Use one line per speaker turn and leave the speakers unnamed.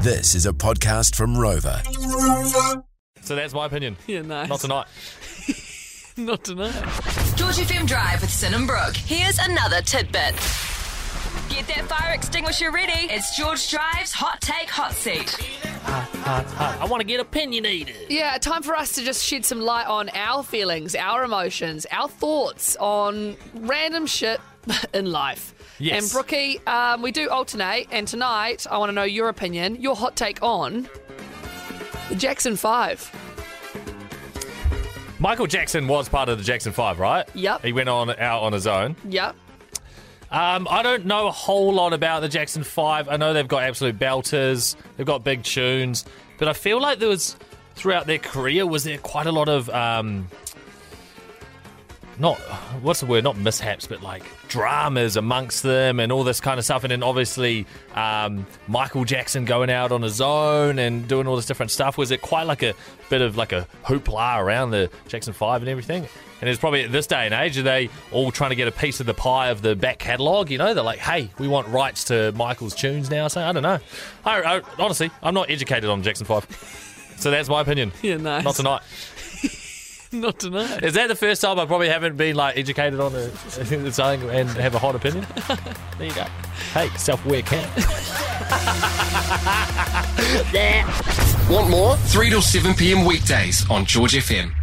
This is a podcast from Rover.
So that's my opinion.
Yeah, nice.
Not tonight.
Not tonight.
George FM Drive with Sin and Brooke. Here's another tidbit. Get that fire extinguisher ready. It's George Drive's Hot Take Hot Seat.
I want to get opinionated.
Yeah, time for us to just shed some light on our feelings, our emotions, our thoughts on random shit in life.
Yes.
And Brookie, um, we do alternate, and tonight I want to know your opinion, your hot take on the Jackson Five.
Michael Jackson was part of the Jackson Five, right?
Yep.
He went on out on his own.
Yep.
Um, I don't know a whole lot about the Jackson Five. I know they've got absolute belters. They've got big tunes, but I feel like there was throughout their career was there quite a lot of um, not what's the word? Not mishaps, but like dramas amongst them and all this kind of stuff. And then obviously um, Michael Jackson going out on his own and doing all this different stuff. Was it quite like a bit of like a hoopla around the Jackson Five and everything? And it's probably at this day and age are they all trying to get a piece of the pie of the back catalogue? You know, they're like, hey, we want rights to Michael's tunes now. So I don't know. I, I honestly, I'm not educated on Jackson Five. So that's my opinion.
Yeah, nice.
Not tonight.
Not tonight.
Is that the first time I probably haven't been like educated on a, something and have a hot opinion? There you go. Hey, self-aware cat.
Want more? 3 till 7 p.m. weekdays on George FM.